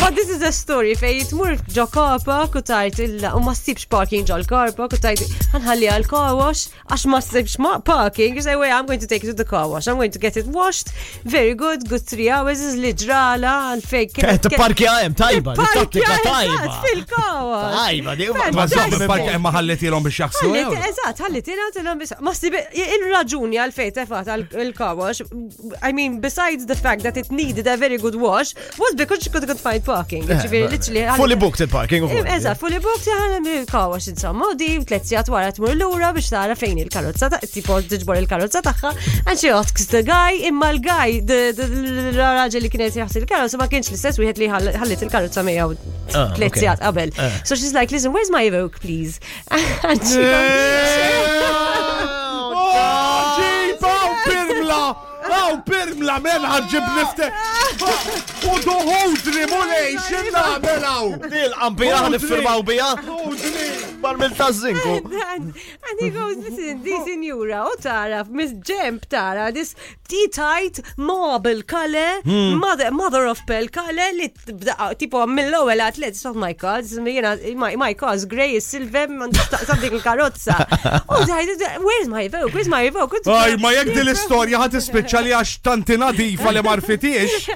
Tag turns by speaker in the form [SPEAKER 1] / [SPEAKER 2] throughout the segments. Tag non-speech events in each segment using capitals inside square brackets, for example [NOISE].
[SPEAKER 1] But this is a story fej tmur ġo karpa u tajt illa u ma ssibx parking ġo l-karpa u tajt ħanħalli għal car wash għax ma ssibx ma parking. You say, wait, I'm going to take it to the car wash. I'm going to get it washed. Very good, good three hours is li ġrala għal fej
[SPEAKER 2] Qed parki għajem tajba, li tattika tajba.
[SPEAKER 1] Fil-car wash.
[SPEAKER 2] Tajba, di
[SPEAKER 3] Ma
[SPEAKER 1] Fantastic.
[SPEAKER 3] zobb il-park hemm ħallet ilhom biex jaħsu.
[SPEAKER 1] Ħalli
[SPEAKER 3] euro.
[SPEAKER 1] t- Eżat, ħalli tina tina bis. Ma sibi, il-raġuni għal-fejt tefat għal-kawax, I mean, besides the fact that it needed a very good wash, was because she could could find parking.
[SPEAKER 2] Eh,
[SPEAKER 1] Ġiviri, literally. ħalli-
[SPEAKER 2] Fully booked il-parking u
[SPEAKER 1] Im- Eżat, fully booked ħalli il-kawax insomma, u di tletzijat wara tmur l-ura biex tara fejn il-karozza ta' tipo tiġbor il-karozza taħħa, and she asks the guy, imma l-guy, the- the- l-raġel li kienet jaħs il-karozza ma kienx l-istess wieħed li ħall- ħallit il-karozza mejaw
[SPEAKER 2] Ah, okay.
[SPEAKER 1] tletzijat qabel. So she's like, listen, where's my evoke, please? [LAUGHS] And she
[SPEAKER 2] Eh.
[SPEAKER 1] goes,
[SPEAKER 3] Ġibaw pirmla! Aw pirmla men ħarġib nifte! U doħodri mulej, xinna għamelaw!
[SPEAKER 2] Nil-qampija għan bija. Barmil ta' zinku.
[SPEAKER 1] and, [LAUGHS] and, and he goes, listen, this in Euro, u tara, Miss Jemp tara, this T-tight marble color, mother, mother of pearl color, li tibda- tipo mill-ewel atlet, so "Oh my cars, jena, my, my cars, grey, silver, man taqsam dik il-karozza. U tajt, Oh, where's my evoke, where's my evoke?
[SPEAKER 3] Aj, ma jek din l-istorja ħat ispeċali għax tanti nadifa li marfitiex.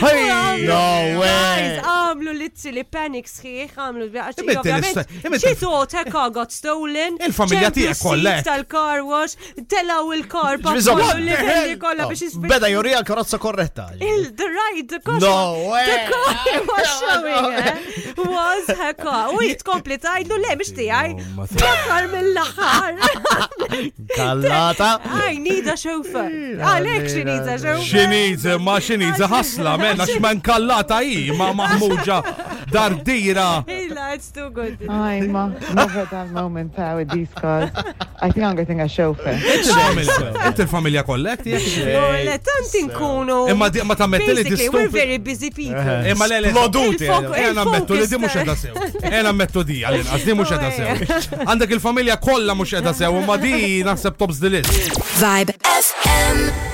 [SPEAKER 3] Hey,
[SPEAKER 2] No way.
[SPEAKER 1] Guys, għamlu literally panic sħiħ, għamlu għax
[SPEAKER 3] Eh. Imma inti
[SPEAKER 1] ovvjament,
[SPEAKER 3] nista- imma inti-
[SPEAKER 1] She thought her car got stolen.
[SPEAKER 3] Il-familja
[SPEAKER 1] Champions
[SPEAKER 3] tiegħek kollha
[SPEAKER 1] seats
[SPEAKER 3] hekk.
[SPEAKER 1] tal-car wash, telaw il-car
[SPEAKER 2] Ġbiżom,
[SPEAKER 1] pakkaw
[SPEAKER 2] what the
[SPEAKER 1] livelli
[SPEAKER 3] hell?
[SPEAKER 1] kollha biex jisfid.
[SPEAKER 2] Beda jorija karozza korretta.
[SPEAKER 1] Il, the ride, the car.
[SPEAKER 2] No way.
[SPEAKER 1] The
[SPEAKER 3] [LAUGHS]
[SPEAKER 1] car was showing her was her car. U jitkompli tajdlu le biex tijaj. Fakar
[SPEAKER 3] [LAUGHS]
[SPEAKER 1] mill-axar.
[SPEAKER 2] Kallata.
[SPEAKER 1] I need a chauffeur. Għalek she needs a chauffeur.
[SPEAKER 3] Xiniz, ma xiniz, ħasla, mela, men, għax man kallata i, ma maħmuġa dardira.
[SPEAKER 1] Illa, it's too good.
[SPEAKER 4] [LAUGHS] I'm uh, never at that moment uh, with these cars. I think I'm getting a chauffeur.
[SPEAKER 3] Inti l-familja kollek, tiegħek?
[SPEAKER 1] Oh, Le, tant inkunu.
[SPEAKER 3] Imma di- Eh, ma tammetti li
[SPEAKER 1] Basically, we're
[SPEAKER 3] distupi.
[SPEAKER 1] very busy people.
[SPEAKER 3] Imma le le.
[SPEAKER 1] Sploduti, Il-fok- eh.
[SPEAKER 3] Ena ammettu li di mux
[SPEAKER 1] il-focus
[SPEAKER 3] edha sew. Ena ammettu di, għallin, għaz di mux
[SPEAKER 1] Oh,
[SPEAKER 3] edha sew. Għandek il-familja kolla mux edha sew, ma di naħseb tops the list.
[SPEAKER 5] Vibe FM.